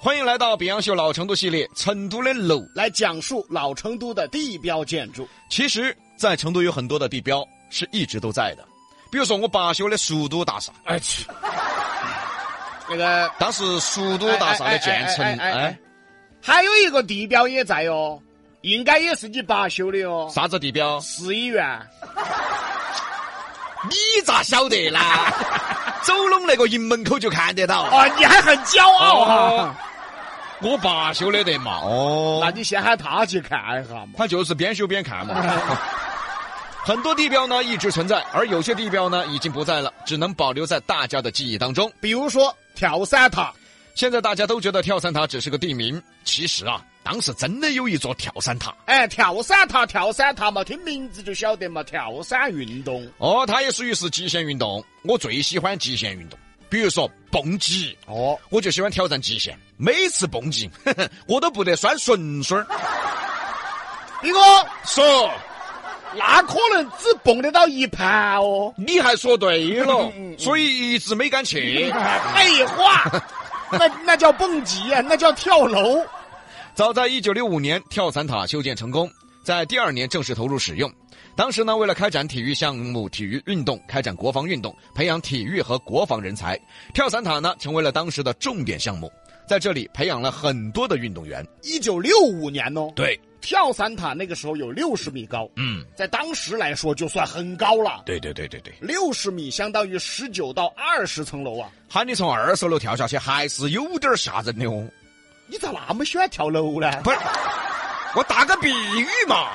欢迎来到《比洋秀老成都》系列，成都的楼。来讲述老成都的地标建筑。其实，在成都有很多的地标是一直都在的，比如说我爸修的蜀都大厦，哎去，那个当时蜀都大厦的建成，哎哎哎哎哎哎，还有一个地标也在哦，应该也是你爸修的哦，啥子地标？市医院。你咋晓得啦？走拢那个营门口就看得到。哦，你还很骄傲啊哈、我爸修的得嘛？哦那你先喊他去看一下嘛。他就是边修边看嘛。很多地标呢一直存在，而有些地标呢已经不在了，只能保留在大家的记忆当中。比如说跳伞塔，现在大家都觉得跳伞塔只是个地名，其实啊，当时真的有一座跳伞塔。哎，跳伞塔，跳伞塔嘛，听名字就晓得嘛，跳伞运动。哦，它也属于是极限运动。我最喜欢极限运动，比如说蹦极，哦，我就喜欢挑战极限。每次蹦极， 呵呵我都不得拴绳绳儿。斌哥，说，那可能只蹦得到一盘哦。你还说对了嗯嗯，嗯所以一直没敢去。废话，那那叫蹦极呀、那叫跳楼。早在一九六五年，跳伞塔修建成功，在第二年正式投入使用。当时呢，为了开展体育项目、体育运动，开展国防运动，培养体育和国防人才，跳伞塔呢成为了当时的重点项目。在这里培养了很多的运动员。一九六五年哦，对，跳伞塔那个时候有六十米高，嗯，在当时来说就算很高了。对对对对对，六十米相当于十九到二十层楼啊！喊你从二十楼跳下去，还是有点吓人的哦。你咋那么喜欢跳楼呢？不是，我打个比喻嘛。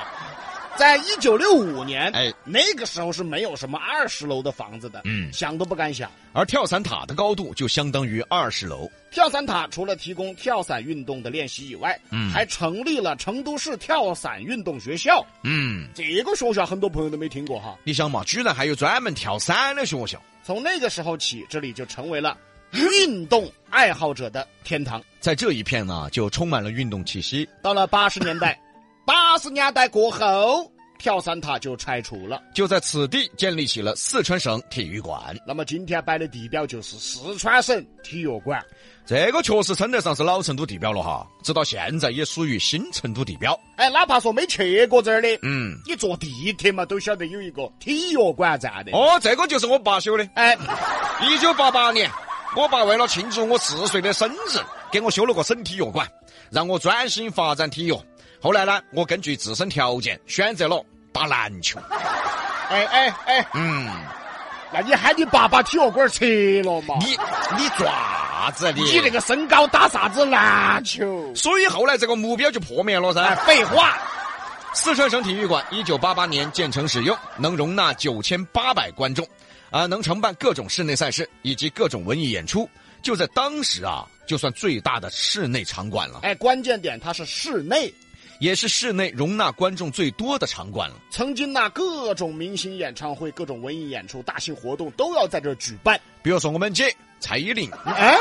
在一九六五年，哎哎，那个时候是没有什么二十楼的房子的，嗯嗯，想都不敢想。而跳伞塔的高度就相当于二十楼。跳伞塔除了提供跳伞运动的练习以外，嗯还成立了成都市跳伞运动学校。嗯，这个学校很多朋友都没听过哈。你想嘛，居然还有专门跳伞的学校。从那个时候起，这里就成为了运动爱好者的天堂。在这一片呢，就充满了运动气息。到了八十年代， 八十年代过后，跳伞塔就拆除了。就在此地建立起了四川省体育馆，那么今天摆的地标就是四川省体育馆。这个确实称得上是老成都地标了哈。直到现在也属于新成都地标。哎，哪怕说没去过这儿的，嗯，你坐地铁嘛，都晓得有一个体育馆站的。哦，这个就是我爸修的。哎，一九八八年，我爸为了庆祝我四岁的生日，给我修了个省体育馆，让我专心发展体育。后来呢，我根据自身条件选择了打篮球。哎哎哎，嗯，那你喊你爸爸体育馆去了嘛？你你爪子你你那个身高打啥子篮球？所以后来这个目标就破灭了噻哎。，废话。四川省体育馆一九八八年建成使用，能容纳九千八百观众，啊、能承办各种室内赛事以及各种文艺演出。就在当时啊，就算最大的室内场馆了，哎，关键点它是室内，也是室内容纳观众最多的场馆了。曾经呐，各种明星演唱会、各种文艺演出、大型活动都要在这儿举办。比如说我们姐蔡依林，哎，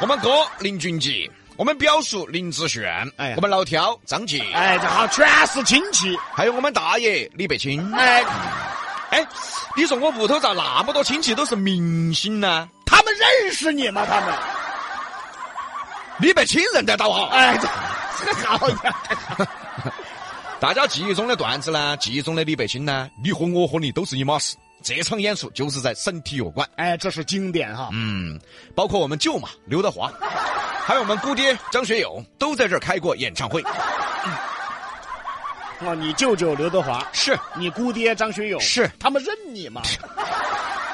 我们哥林俊杰，我们表叔林志炫，哎我们老挑张杰，哎，这好，全是亲戚。还有我们大爷李北清。哎，哎，你说我屋头咋那么多亲戚都是明星呢？他们认识你吗？他们？李北清认得到啊哈？哎，这 这好呀！大家记忆中的段子呢，记忆中的李北清呢，你和我和你都是一码事。这场演出就是在省体育馆，哎，这是经典哈。嗯，包括我们舅妈刘德华，还有我们姑爹张学友，都在这儿开过演唱会。哦，你舅舅刘德华，是你姑爹张学友，是他们认你吗？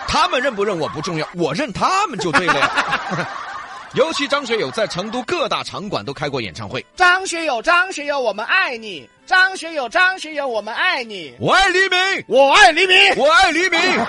他们认不认我不重要，我认他们就对了呀。尤其张学友在成都各大场馆都开过演唱会，张学友，张学友，我们爱你。张学友，张学友，我们爱你。我爱黎明，我爱黎明。 我爱黎明。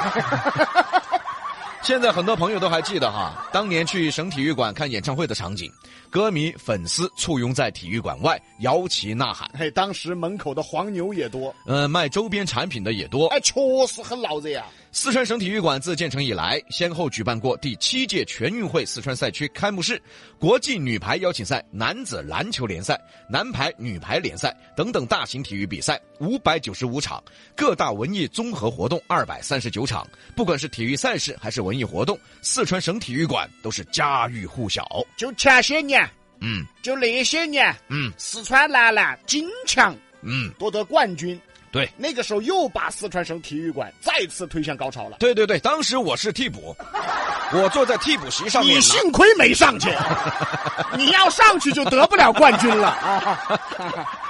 现在很多朋友都还记得哈，当年去省体育馆看演唱会的场景，歌迷粉丝簇拥在体育馆外摇旗呐喊，哎，当时门口的黄牛也多，呃，卖周边产品的也多。哎，确实很闹热呀。四川省体育馆自建成以来，先后举办过第七届全运会四川赛区开幕式、国际女排邀请赛、男子篮球联赛、男排、女排联赛等等大型体育比赛五百九十五场，各大文艺综合活动二百三十九场。不管是体育赛事还是文艺活动，四川省体育馆都是家喻户晓。就前些年，嗯就那些年，嗯四川男篮金强嗯，夺得冠军，对，那个时候又把四川省体育馆再次推向高潮了。对对对，当时我是替补，我坐在替补席上面你拿。幸亏没 上去，你要上去就得不了冠军了啊！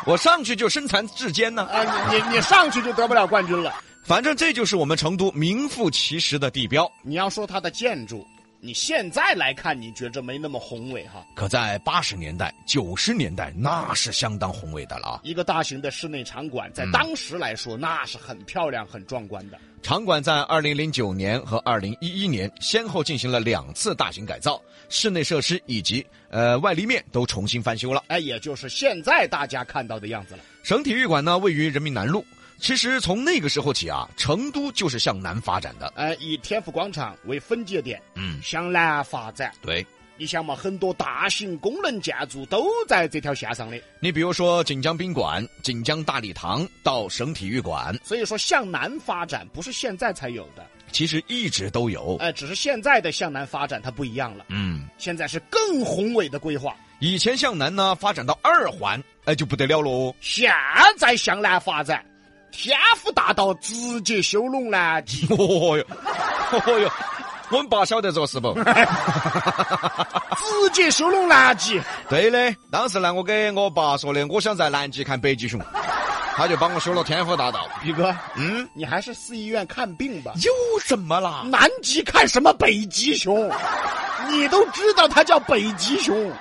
我上去就身残志坚呢、啊，你你你上去就得不了冠军了。反正这就是我们成都名副其实的地标。你要说它的建筑，你现在来看，你觉着没那么宏伟哈。可在八十年代、九十年代，那是相当宏伟的了啊！一个大型的室内场馆，嗯在当时来说，那是很漂亮、很壮观的。场馆在二零零九年和二零一一年先后进行了两次大型改造，室内设施以及呃外立面都重新翻修了。哎，也就是现在大家看到的样子了。省体育馆呢位于人民南路。其实从那个时候起啊，成都就是向南发展的。哎，以天府广场为分界点，嗯，向南发展。对。你想嘛，很多大型功能建筑都在这条线上的，你比如说锦江宾馆、锦江大礼堂到省体育馆，所以说向南发展不是现在才有的，其实一直都有。哎，只是现在的向南发展它不一样了，嗯，现在是更宏伟的规划。以前向南呢发展到二环，哎就不得了喽。现在向南发展，天府大道直接修拢南极。 哦哟， 哦哟，我们爸晓得这事 不？直接收拢南极。对的，当时呢我给我爸说的，我想在南极看北极熊，他就帮我修了天府大道。宇哥，嗯，你还是四医院看病吧。有什么啦？南极看什么北极熊？ 你都知道它叫北极熊，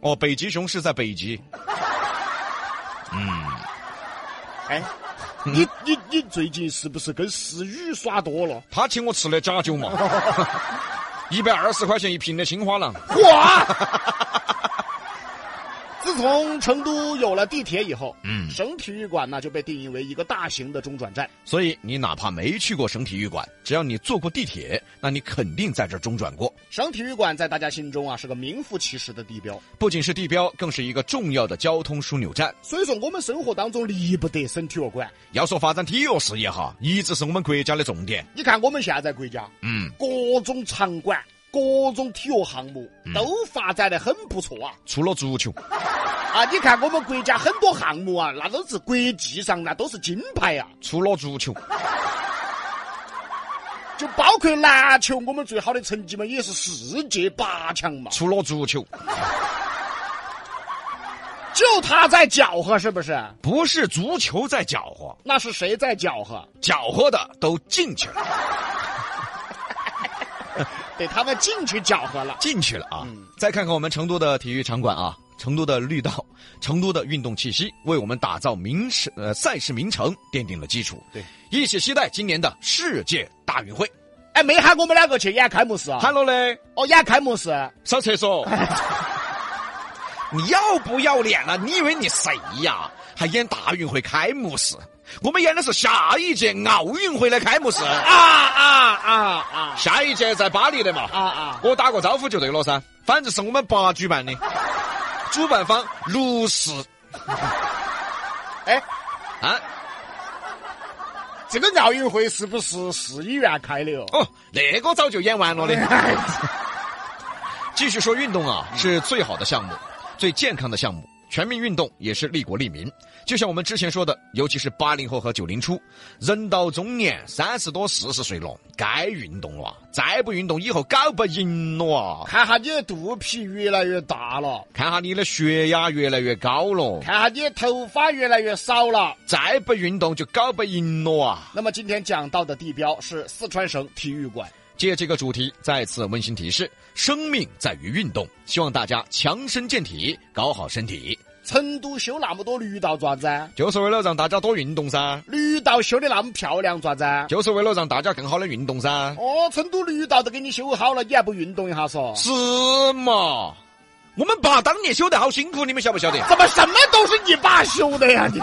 哦，北极熊是在北极。哎。嗯你你你最近是不是跟思雨耍多了？他请我吃的假 酒嘛，一百二十块钱一瓶的青花郎。嚯！ 自从成都有了地铁以后，嗯省体育馆呢就被定义为一个大型的中转站。所以你哪怕没去过省体育馆，只要你坐过地铁，那你肯定在这儿中转过。省体育馆在大家心中啊是个名副其实的地标，不仅是地标，更是一个重要的交通枢纽站。所以说我们生活当中离不得省体育馆。要说发展体育事业哈，一直是我们国家的重点。你看我们现在国家，嗯，各种场馆、各种体育项目嗯都发展的很不错啊！除了足球，啊，你看我们国家很多项目啊，那都是国际上那都是金牌啊，除了足球，就包括篮球，我们最好的成绩嘛也是世界八强嘛，除了足球，就他在搅和是不是？不是足球在搅和，那是谁在搅和？搅和的都进去了，得他们进去搅和了。进去了啊！嗯再看看我们成都的体育场馆啊，成都的绿道，成都的运动气息，为我们打造名城呃赛事名城奠定了基础。对，一起期待今年的世界大运会。哎，没喊我们两个去演开幕式啊？喊了嘞，哦，演开幕式。上厕所。 你要不要脸了？你以为你谁呀？还演大运会开幕式？我们演的是下一届奥运会的开幕式，啊啊啊啊 下一届在巴黎的嘛。啊啊！我打个招呼就对了噻，反正是我们八举 办的，主办方卢 氏哎，啊。这个奥运会是不是市医院开的哦？哦，那个早就演完了的。啊继续说运动啊，是最好的项目，最健康的项目。全民运动也是利国利民，就像我们之前说的，尤其是八零后和九零初，人到中年三十多四十岁了，该运动了啊，再不运动以后搞不赢了啊！看下你的肚皮越来越大了，看下你的血压越来越高了，看下你的头发越来越少了。再不运动就搞不赢了啊！那么今天讲到的地标是四川省体育馆。借这个主题，再次温馨提示：生命在于运动，希望大家强身健体，搞好身体，成都修那么多绿道做啥子？啊就是为了让大家多运动噻，绿道修的那么漂亮做啥子？就是为了让大家更好的运动噻，哦，成都绿道都给你修好了，你还不运动一下嗦？是嘛？我们爸当年修得好辛苦，你们晓不晓得？怎么什么都是你爸修的呀？你